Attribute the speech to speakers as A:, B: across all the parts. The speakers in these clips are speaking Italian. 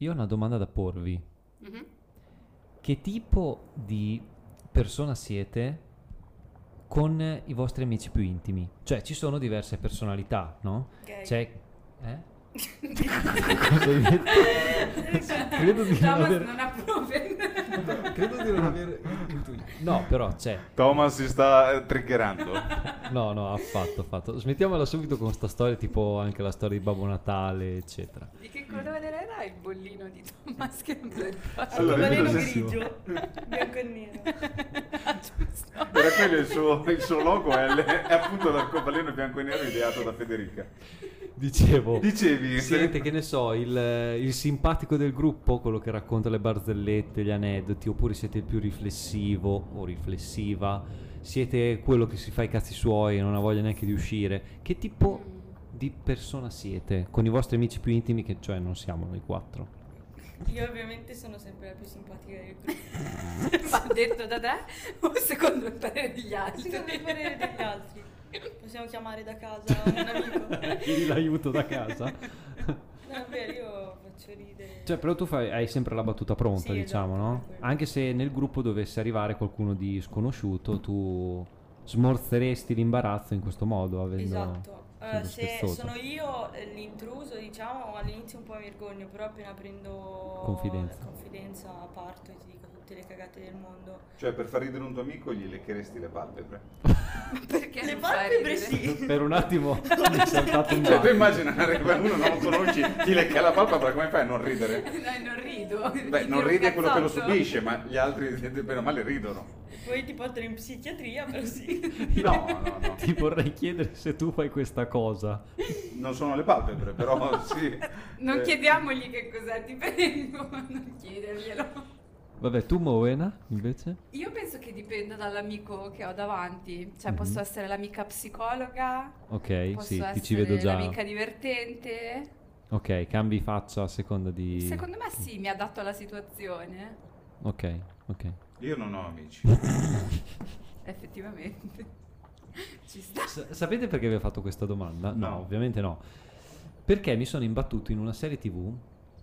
A: Io ho una domanda da porvi.
B: Mhm.
A: Che tipo di persona siete con i vostri amici più intimi? Cioè, ci sono diverse personalità, no?
C: Ok.
D: Cioè,
A: C'è... Eh? Cosa hai detto? Credo di non
B: Thomas
A: aver-
B: non approve.
A: Credo di non aver intuito. No, però c'è.
D: Thomas si sta eh, triggerando.
A: No, no, affatto, affatto. Smettiamola subito con sta storia, tipo anche la storia di Babbo Natale, eccetera.
B: Di che colore era il bollino di Thomas che non del
D: Allora, io
C: Baleno
D: così-
C: grigio, bianco e nero.
D: Era quello il suo, il suo logo, è, l- è appunto l'arcobaleno bianco e nero ideato da Federica.
A: Dicevo,
D: Dicevi,
A: siete che ne so, il, il simpatico del gruppo, quello che racconta le barzellette, gli aneddoti, oppure siete il più riflessivo o riflessiva, siete quello che si fa i cazzi suoi e non ha voglia neanche di uscire. Che tipo di persona siete con i vostri amici più intimi, che cioè non siamo noi quattro?
C: Io ovviamente sono sempre la più simpatica del gruppo.
B: Ma detto da te o secondo il parere degli altri?
C: Secondo il parere degli altri. Possiamo chiamare da casa un amico.
A: Chiedi l'aiuto da casa.
C: No, è vero, io faccio ridere.
A: Cioè, però tu fai- hai sempre la battuta pronta,
C: Sì,
A: diciamo,
C: esatto,
A: no?
C: quello.
A: Anche se nel gruppo dovesse arrivare qualcuno di sconosciuto, tu smorzeresti l'imbarazzo in questo modo, avendo...
C: Esatto. Allora,
A: essendo
C: se
A: scherzoso.
C: sono io eh, l'intruso, diciamo, all'inizio un po' mi vergogno, però appena prendo
A: Confidenza.
C: confidenza parto e ti dico tutte le cagate del mondo.
D: Cioè, per far ridere un tuo amico gli leccheresti le palpebre.
B: Perché
C: Le
B: non fai
C: palpebre
B: ridere?
C: sì.
A: Per un attimo mi è saltato un
D: Cioè, tu
A: attimo.
D: immagina che uno non lo conosci, gli lecca la palpebra, come fai a non ridere?
B: Dai, non rido.
D: Beh, non ride quello che lo subisce, ma gli altri, bene o male, ridono.
C: Poi ti portano in psichiatria, però sì.
D: No, no, no.
A: Ti vorrei chiedere se tu fai questa cosa.
D: Non sono le palpebre, però sì.
B: Non
D: Eh,
B: chiediamogli che cos'è, ti prego, non chiederglielo.
A: Vabbè, tu Moena, invece?
B: Io penso che dipenda dall'amico che ho davanti, cioè
A: Mhm.
B: posso essere l'amica psicologa,
A: Ok,
B: posso
A: sì,
B: essere
A: ti ci vedo già.
B: l'amica divertente.
A: Ok, cambi faccia a seconda di...
B: Secondo me
A: Mm.
B: sì, mi adatto alla situazione,
A: Ok, ok.
D: Io non ho amici.
B: effettivamente. Ci sta.
A: Sa- sapete perché vi ho fatto questa domanda? No,
D: No.
A: ovviamente no. Perché mi sono imbattuto in una serie TV.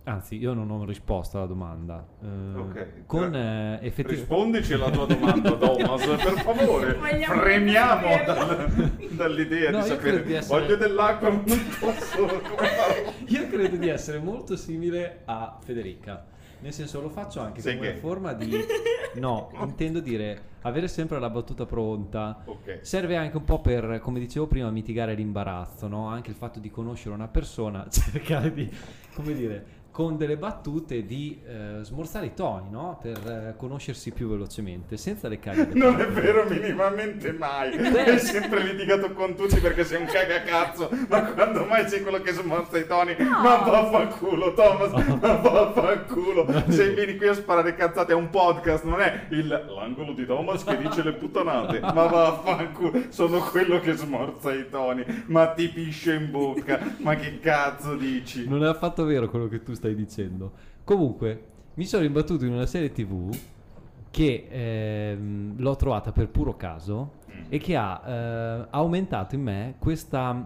A: Anzi, io non ho risposto alla domanda. eh,
D: Ok,
A: Con
D: però-
A: eh, effettivamente.
D: Rispondici alla tua domanda, Thomas, per favore.
C: Vogliamo
D: Premiamo
C: sapere.
D: dal- dall'idea
A: No,
D: di
A: io
D: sapere.
A: credo di essere-
D: Voglio dell'acqua, ma non posso. Come farò?
A: Io credo di essere molto simile a Federica. Nel senso, lo faccio anche
D: Sei
A: come
D: gay.
A: forma di. No, intendo dire avere sempre la battuta pronta.
D: Ok.
A: Serve anche un po' per, come dicevo prima, mitigare l'imbarazzo, no? Anche il fatto di conoscere una persona, cercare di, come dire, con delle battute di eh, smorzare i toni, no? Per eh, conoscersi più velocemente, senza le cagate.
D: Non è vero minimamente mai.
A: Beh.
D: Hai sempre litigato con tutti perché sei un cagacazzo. Ma quando mai sei quello che smorza i toni? Ma vaffanculo, Thomas. Ma vaffanculo. Se vieni qui a sparare cazzate a un podcast, non è il- l'angolo di Thomas che dice le puttanate. Ma vaffanculo, sono quello che smorza i toni. Ma ti pisce in bocca. Ma che cazzo dici?
A: Non è affatto vero quello che tu stai dicendo. Comunque, mi sono imbattuto in una serie TV che ehm, l'ho trovata per puro caso e che ha eh, aumentato in me questa,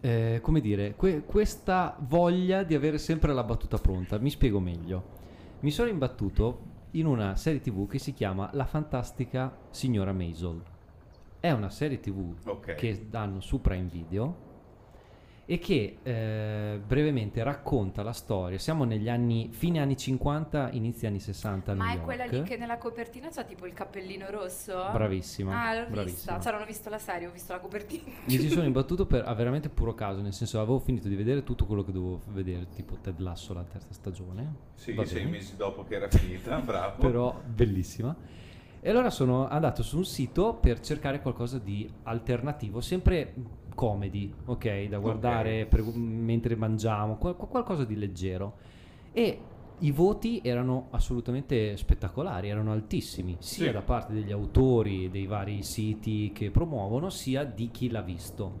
A: eh, come dire, que- questa voglia di avere sempre la battuta pronta. Mi spiego meglio. Mi sono imbattuto in una serie TV che si chiama La fantastica signora Maisel. È una serie TV
D: Ok.
A: che danno su Prime Video e che eh, brevemente racconta la storia. Siamo negli anni, fine anni 50, inizi anni 60. a
B: Ma
A: New
B: è quella lì
A: York.
B: che nella copertina c'ha tipo il cappellino rosso?
A: Bravissima.
B: Ah, l'ho
A: bravissima.
B: vista. Cioè, non ho visto la serie, ho visto la copertina.
A: Mi ci sono imbattuto per a veramente puro caso, nel senso avevo finito di vedere tutto quello che dovevo vedere, tipo Ted Lasso la terza stagione. Va bene.
D: mesi dopo che era finita, bravo.
A: però bellissima. E allora sono andato su un sito per cercare qualcosa di alternativo, sempre comedy, ok, da guardare pre- mentre mangiamo, qual- qual- qualcosa di leggero. E i voti erano assolutamente spettacolari, erano altissimi, sia
D: Sì.
A: da parte degli autori dei vari siti che promuovono, sia di chi l'ha visto.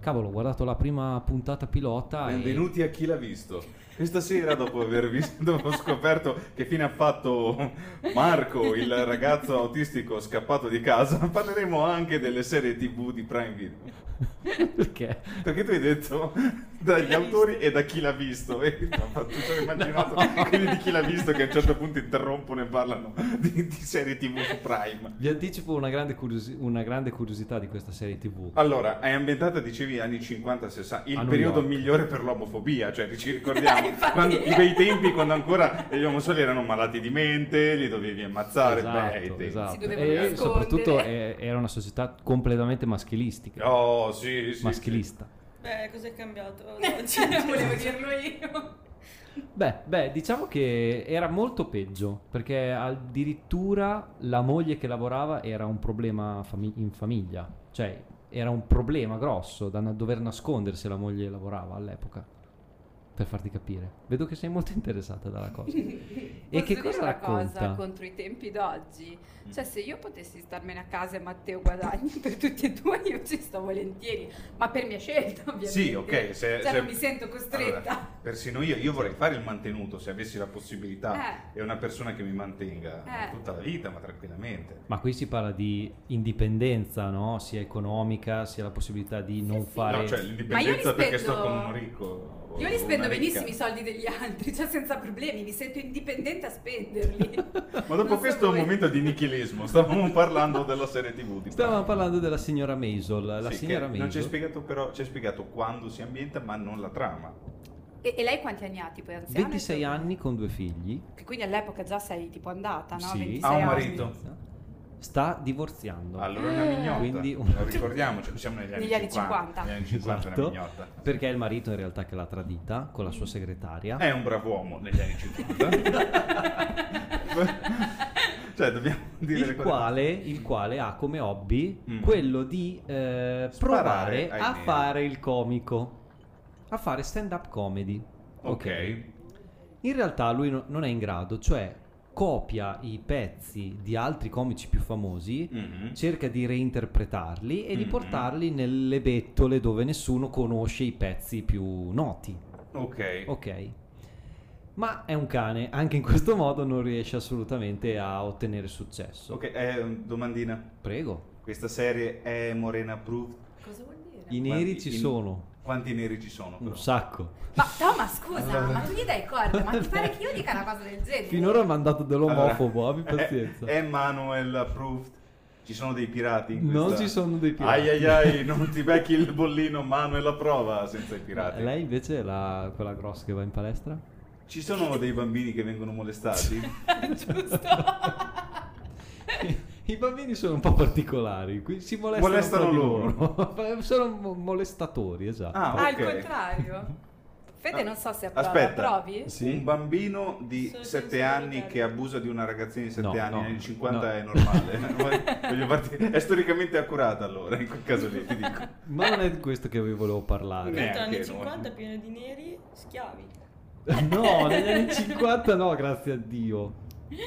A: Cavolo, ho guardato la prima puntata pilota e-
D: Benvenuti a chi l'ha visto. Questa sera, dopo aver visto, dopo aver scoperto che fine ha fatto Marco, il ragazzo autistico scappato di casa, parleremo anche delle serie TV di Prime Video.
A: Perché?
D: Perché tu hai detto dagli autori e da chi l'ha visto. E mi ha fatto- mi sono immaginato quelli di chi l'ha visto che a un certo punto interrompono e parlano di, di serie TV su Prime.
A: Vi anticipo una grande, curiosi- una grande curiosità di questa serie TV.
D: Allora, è ambientata, dicevi, anni 50-60, il
A: A New
D: periodo
A: York.
D: migliore per l'omofobia, cioè ci ricordiamo
B: Infatti.
D: quando, i bei tempi quando ancora gli omosessuali erano malati di mente, li dovevi ammazzare, bei
A: Esatto,
D: tempi.
A: esatto.
B: Si dovevano
A: E
B: nascondere.
A: soprattutto eh, era una società completamente maschilistica.
D: Oh, sì, sì, sì.
A: maschilista.
C: Beh, cos'è cambiato?
B: Cioè,
C: Cioè,
B: non volevo dirlo io.
A: Beh, beh, diciamo che era molto peggio, perché addirittura la moglie che lavorava era un problema fami- in famiglia, cioè era un problema grosso da na- dover nascondersi la moglie che lavorava all'epoca, per farti capire. Vedo che sei molto interessata dalla cosa. e che
B: Posso dire
A: cosa
B: una
A: racconta?
B: cosa contro i tempi d'oggi?
D: Mm.
B: Cioè, se io potessi starmene a casa e Matteo guadagni per tutti e due, io ci sto volentieri, ma per mia scelta, ovviamente.
D: Sì, ok, se-
B: Cioè,
D: se-
B: non mi sento costretta.
D: Allora, persino io, io vorrei fare il mantenuto se avessi la possibilità
B: Eh.
D: e una persona che mi mantenga
B: Eh.
D: tutta la vita, ma tranquillamente.
A: Ma qui si parla di indipendenza, no? Sia economica, sia la possibilità di non
B: sì.
A: fare...
D: No, cioè
B: Ma io
D: l'indipendenza
B: li
D: perché
B: spendo-
D: sto con un ricco. o
B: Io li
D: una
B: spendo
D: ricca.
B: benissimo i soldi degli altri, cioè senza problemi, mi sento indipendente a spenderli.
D: Ma dopo
B: Non so
D: questo è un
B: voi.
D: momento di nichilismo, stavamo parlando della serie TV. di
A: Stavamo
D: Prime.
A: parlando della signora Maisel, la
D: Sì,
A: signora
D: che non ci
A: Maisel...
D: hai spiegato però, ci hai spiegato quando si ambienta, ma non la trama.
B: E, e lei quanti anni ha? Tipo è anziana?
A: 26
B: insomma?
A: anni con due figli,
B: Che quindi all'epoca già sei tipo andata, no?
A: Sì.
B: 26
D: Ha un
B: anni.
D: marito.
A: sta divorziando.
D: Allora è una mignotta.
A: Quindi-
D: Lo ricordiamoci, siamo negli anni
B: Ah. Negli anni
D: 50.
B: 50.
D: Negli anni 50 è
A: Esatto.
D: una mignotta.
A: Perché è il marito in realtà che l'ha tradita con la sua segretaria.
D: È un bravo uomo negli anni 50. cioè, dobbiamo dire le
A: Il
D: cose-
A: quale, il quale ha come hobby
D: Mm.
A: quello di eh,
D: Sparare
A: provare
D: ai
A: a
D: neri.
A: fare il comico, a fare stand up comedy.
D: Ok.
A: In realtà lui no- non è in grado, cioè copia i pezzi di altri comici più famosi,
D: Mhm.
A: cerca di reinterpretarli e di
D: Mhm.
A: portarli nelle bettole dove nessuno conosce i pezzi più noti.
D: Ok.
A: Ok. Ma è un cane, anche in questo modo non riesce assolutamente a ottenere successo.
D: Ok, eh, domandina.
A: Prego.
D: Questa serie è Morena Proof?
B: Cosa vuol dire?
A: I neri
D: Quanti-
A: ci
D: Eh, in-
A: sono,
D: Quanti neri ci sono? Però?
A: un sacco.
B: Ma no, ma scusa,
D: Allora.
B: ma tu gli dai corda, ma ti pare che io dica una cosa del genere?
A: Finora ho mandato dell'omofobo, abbi
D: Allora, eh,
A: pazienza.
D: È Manuel approved? Ci sono dei pirati? in
A: non
D: questa-
A: ci sono dei pirati.
D: Ai ai ai, non ti becchi il bollino, Manuel la prova senza i pirati.
A: Lei invece è la- quella grossa che va in palestra?
D: Ci sono dei bambini che vengono molestati? Ah,
A: I bambini sono un po' particolari, qui si molestano,
D: Molestano
A: tra di
D: loro.
A: loro. sono mo- molestatori, esatto.
D: Ah,
B: Ah, al
D: ok. Ah,
B: contrario. Fede, non so se approva.
D: Aspetta,
B: Provi?
A: Sì.
D: un bambino di
C: Sono
D: 7
C: senza
D: anni
C: giudicare.
D: che abusa di una ragazzina di 7
A: No,
D: anni
A: no,
D: negli 50
A: no.
D: è normale. Voglio farti- È storicamente accurata allora, in quel caso lì ti dico.
A: Ma non è di questo che vi volevo parlare.
D: Neanche,
C: Negli anni
D: no.
C: 50 pieno di neri schiavi.
A: No, negli anni 50 no, grazie a Dio.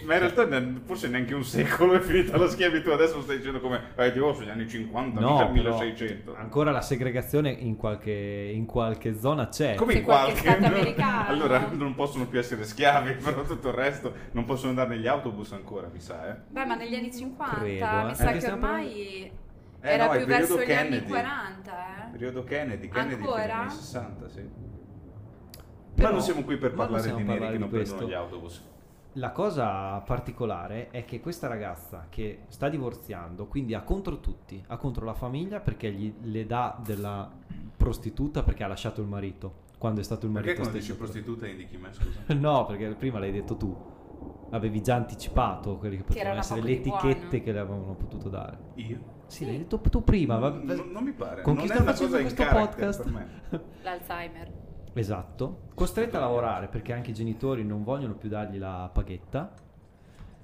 D: Ma in realtà ne- forse neanche un secolo è finita la schiavitù, adesso stai dicendo come... Eh, ti sugli anni 50,
A: No,
D: mica il
A: però,
D: 1600.
A: Ancora la segregazione in qualche, in qualche zona c'è.
D: Come
B: C'è
D: in
B: Eh, qualche
D: qualche
B: stato americano.
D: Allora non possono più essere schiavi, però tutto il resto non possono andare negli autobus ancora, mi sa, eh.
B: Beh, ma negli anni 50
A: Credo, eh.
B: mi sa
A: Perché
B: che
A: stiamo
B: ormai
D: Eh,
B: era
D: no, è
B: più
D: il
B: verso
D: periodo
B: gli anni
D: Kennedy.
B: 40, eh.
D: Periodo Kennedy, Kennedy fine degli
B: Ancora?
D: anni 60, sì.
A: Però-
D: ma non siamo qui per
A: ma
D: parlare
A: non
D: di
A: siamo
D: neri
A: parlare
D: che
A: di
D: non prendono
A: questo.
D: gli autobus.
A: La cosa particolare è che questa ragazza che sta divorziando, quindi ha contro tutti, ha contro la famiglia perché gli, le dà della prostituta perché ha lasciato il marito, quando è stato il
D: Perché
A: marito
D: quando
A: stesso.
D: dici prostituta indichi me, scusa?
A: No, perché prima l'hai detto tu. Avevi già anticipato quelle che potevano
B: era
A: essere
B: poco
A: le
B: di
A: etichette
B: buono.
A: che le avevano potuto dare.
D: Io?
A: Sì, l'hai detto tu prima. va- va-
D: non, non mi pare,
A: Con
D: non
A: chi
D: è
A: sta
D: una
A: facendo
D: cosa in
A: questo
D: character
A: podcast?
D: per me. Eh.
B: L'Alzheimer.
A: Esatto. Costretta a lavorare perché anche i genitori non vogliono più dargli la paghetta.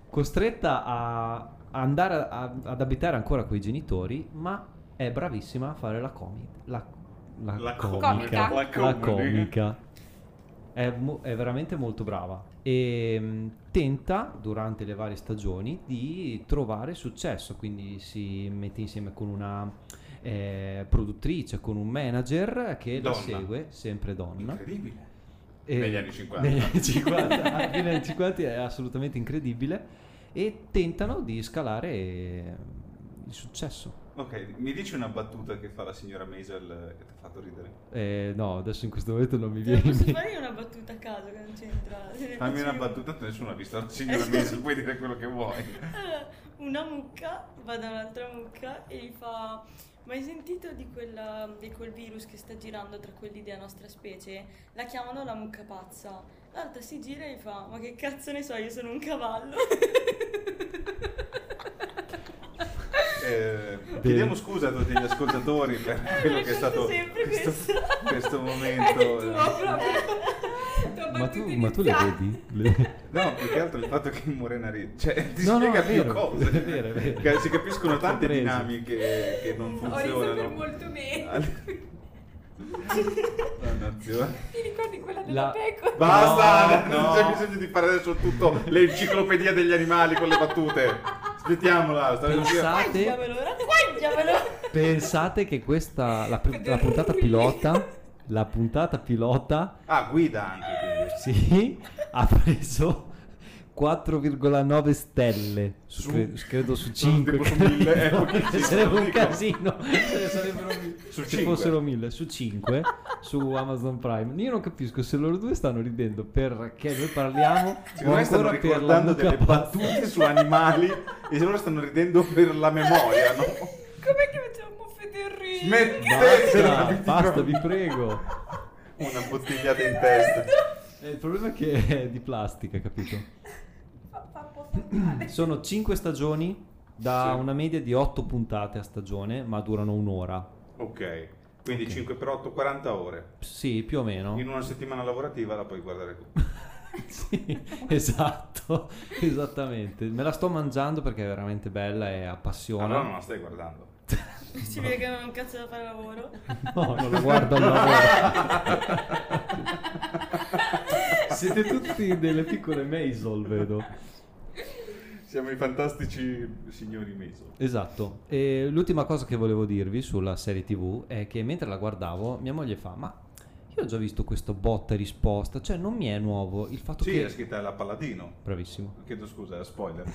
A: Costretta a a andare a- a- ad abitare ancora con i genitori, ma è bravissima a fare la comica. La, la
D: La
A: comica.
B: comica.
D: La
A: La
D: comedy.
A: comica. È, mo- è veramente molto brava e mh, tenta durante le varie stagioni di trovare successo, quindi si mette insieme con una eh, produttrice, con un manager che la
D: Donna.
A: segue, sempre donna.
D: Incredibile.
A: E-
D: Negli anni 50.
A: Negli anni 50, alla fine degli anni 50 è assolutamente incredibile e tentano di scalare eh, il successo.
D: Ok, mi dici una battuta che fa la signora Maisel eh, che ti ha fatto ridere?
A: Eh, no, adesso in questo momento non mi
C: Te la
A: viene in
C: Cioè, posso
A: mente.
C: fare io una battuta a caso che non c'entra? Se ne
D: Fammi
C: faccio
D: una
C: io.
D: battuta, te nessuno ha visto la signora Maisel, puoi dire quello che vuoi.
C: Allora, Una mucca va da un'altra mucca e gli fa: Ma hai sentito di, quella, di quel virus che sta girando tra quelli della nostra specie? La chiamano la mucca pazza. L'altra si gira e gli fa: Ma che cazzo ne so, io sono un cavallo.
D: Eh, chiediamo scusa a tutti gli ascoltatori per quello che è stato
C: Racconto sempre
D: questo,
C: questo.
D: questo
B: È il tuo
D: momento.
B: proprio. Tua
A: Ma tu,
B: battuta
A: ma tu le
B: iniziale.
A: vedi? Le-
D: No, più che altro il fatto che Morena ride, cioè ti
A: No, no,
D: spiega
A: è
D: più
A: vero,
D: cose,
A: è vero, è vero.
D: Che si capiscono tante
A: Sorpresa.
D: dinamiche che non
B: Ho riso per
D: funzionano.
B: molto meno.
D: Dannazione.
B: Ti ricordi quella
A: La-
B: della pecora?
D: Basta,
A: No,
D: non
A: no.
D: c'è bisogno di fare adesso tutto l'enciclopedia degli animali con le battute. Aspettiamola, sta via.
A: Pensate,
C: Guagliamelo, guarda, guagliamelo.
A: pensate che questa, la, pr- la puntata pilota, la puntata pilota,
D: Ah, guida anche quindi.
A: sì, ha preso 4,9 stelle, su,
D: Su-
A: cre- credo su
D: Sono
A: 5.
D: tipo su mille, eh, pochissimo,
A: sarebbe un
D: dico.
A: casino, se ne sarebbero mille.
D: Su
A: se
D: cinque.
A: fossero 1000, su 5, su Amazon Prime. Io non capisco se loro due stanno ridendo perché noi parliamo o
D: Secondo me stanno
A: ancora per la
D: ricordando delle
A: mucca pazza.
D: battute su animali e loro stanno ridendo per la memoria, no?
B: Com'è che facciamo Federino?
D: Smettetela!
A: Basta, basta, vi prego.
D: Una bottigliata in testa.
A: Eh, Il problema è che è di plastica, capito?
B: Fa, fa un po' fatale.
A: Sono 5 stagioni da
D: Sì.
A: una media di 8 puntate a stagione, ma durano un'ora.
D: Ok, quindi
A: Ok.
D: 5 per 8, 40 ore.
A: Sì, più o meno.
D: In una settimana lavorativa la puoi guardare tu.
A: Sì, esatto, esattamente. Me la sto mangiando perché è veramente bella e appassiona.
D: Allora non la stai guardando.
C: Si vede che non ho un cazzo da fare lavoro.
A: No, non la guardo al lavoro. Siete tutti delle piccole Maisel, vedo.
D: Siamo i fantastici signori Meso.
A: Esatto. E l'ultima cosa che volevo dirvi sulla serie TV è che mentre la guardavo, mia moglie fa: Ma io ho già visto questo botta e risposta, cioè non mi è nuovo il fatto
D: Sì,
A: che.
D: è scritta la Paladino.
A: Bravissimo.
D: Chiedo scusa, è la spoiler.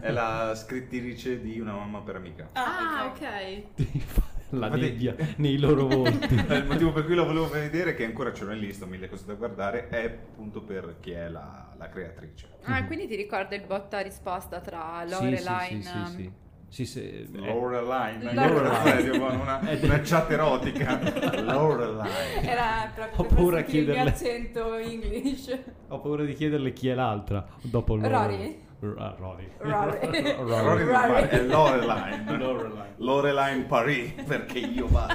D: È la scrittrice di Una mamma per amica.
B: Ah, ok.
A: Devi fare la
D: Infatti-
A: nebbia nei loro volti.
D: Il motivo per cui la volevo vedere, che ancora c'è una lista, mille cose da guardare, è appunto per chi è la, la creatrice.
B: Ah, quindi ti ricorda il botta risposta tra
A: Mhm. Sì,
B: Loreline? um, ehm,
A: Sì, sì, sì, sì. Sì, se- eh,
D: Loreline,
B: Loreline.
D: ma Loreline, è tipo una, una chat erotica. Loreline.
B: Era proprio
A: Ho paura a
B: per sentirmi
A: chiederle.
B: accento English.
A: Ho paura di chiederle chi è l'altra dopo il loro-
B: Rory?
A: R- ah, Rory.
B: Rory.
A: Rory.
D: Rory non
B: Rory.
D: pare, è Loreline.
A: Lorelai.
D: Loreline Paris, perché io vado.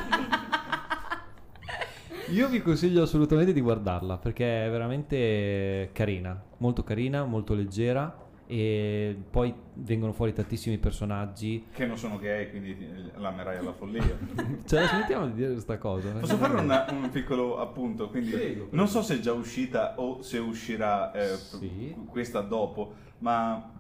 A: Io vi consiglio assolutamente di guardarla perché è veramente carina, molto carina, molto leggera e poi vengono fuori tantissimi personaggi.
D: Che non sono gay, quindi l'amerai alla follia.
A: Ce la Cioè, smettiamo di dire questa cosa?
D: Posso fare una- un piccolo appunto? Quindi,
A: Prego, prego.
D: non so se è già uscita o se uscirà eh,
A: Sì.
D: questa dopo, ma ho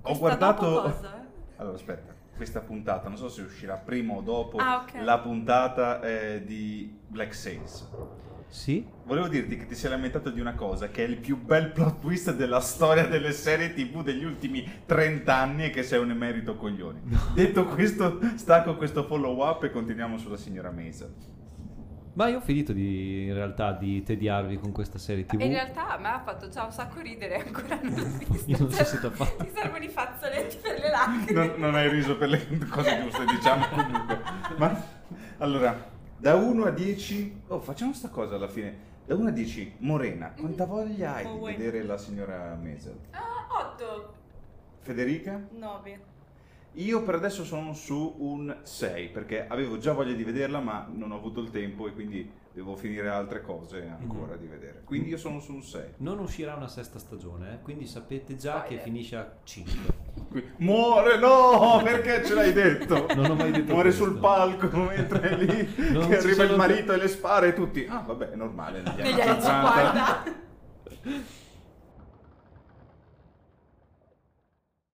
B: Questa
D: guardato...
B: dopo cosa? eh.
D: Allora, aspetta, questa puntata, non so se uscirà prima o dopo
B: Ah, ok.
D: la puntata eh, di Black Sails.
A: Sì?
D: Volevo dirti che ti sei lamentato di una cosa, che è il più bel plot twist della storia delle serie tv degli ultimi 30 anni e che sei un emerito coglione. Detto questo, stacco questo follow up e continuiamo sulla signora Mesa.
A: Ma io ho finito di, in realtà di tediarvi con questa serie TV.
B: In realtà a me ha fatto già un sacco ridere ancora non l'ho vista.
A: Io non so se t'ha fatto.
B: Mi servono i fazzoletti per le lacrime.
D: Non, non hai riso per le cose giuste, diciamo comunque. Ma allora, da 1 a 10, oh, facciamo sta cosa alla fine. Da 1 a 10, Morena, quanta voglia hai di
C: Morena.
D: vedere la signora Mesa?
B: Ah, otto.
D: Federica?
C: 9.
D: Io per adesso sono su un 6 perché avevo già voglia di vederla ma non ho avuto il tempo e quindi devo finire altre cose ancora di vedere. Quindi io sono su un 6.
A: Non uscirà una sesta stagione, eh, quindi sapete già che
B: Spoiler.
A: finisce a 5.
D: Qui- Muore no! Perché ce l'hai detto?
A: Non ho mai detto
D: Muore
A: questo.
D: sul palco mentre è lì
A: Non
D: che
A: ci
D: arriva
A: sono-
D: il marito e le spara e tutti. Ah vabbè è normale.
B: Negli anni 50.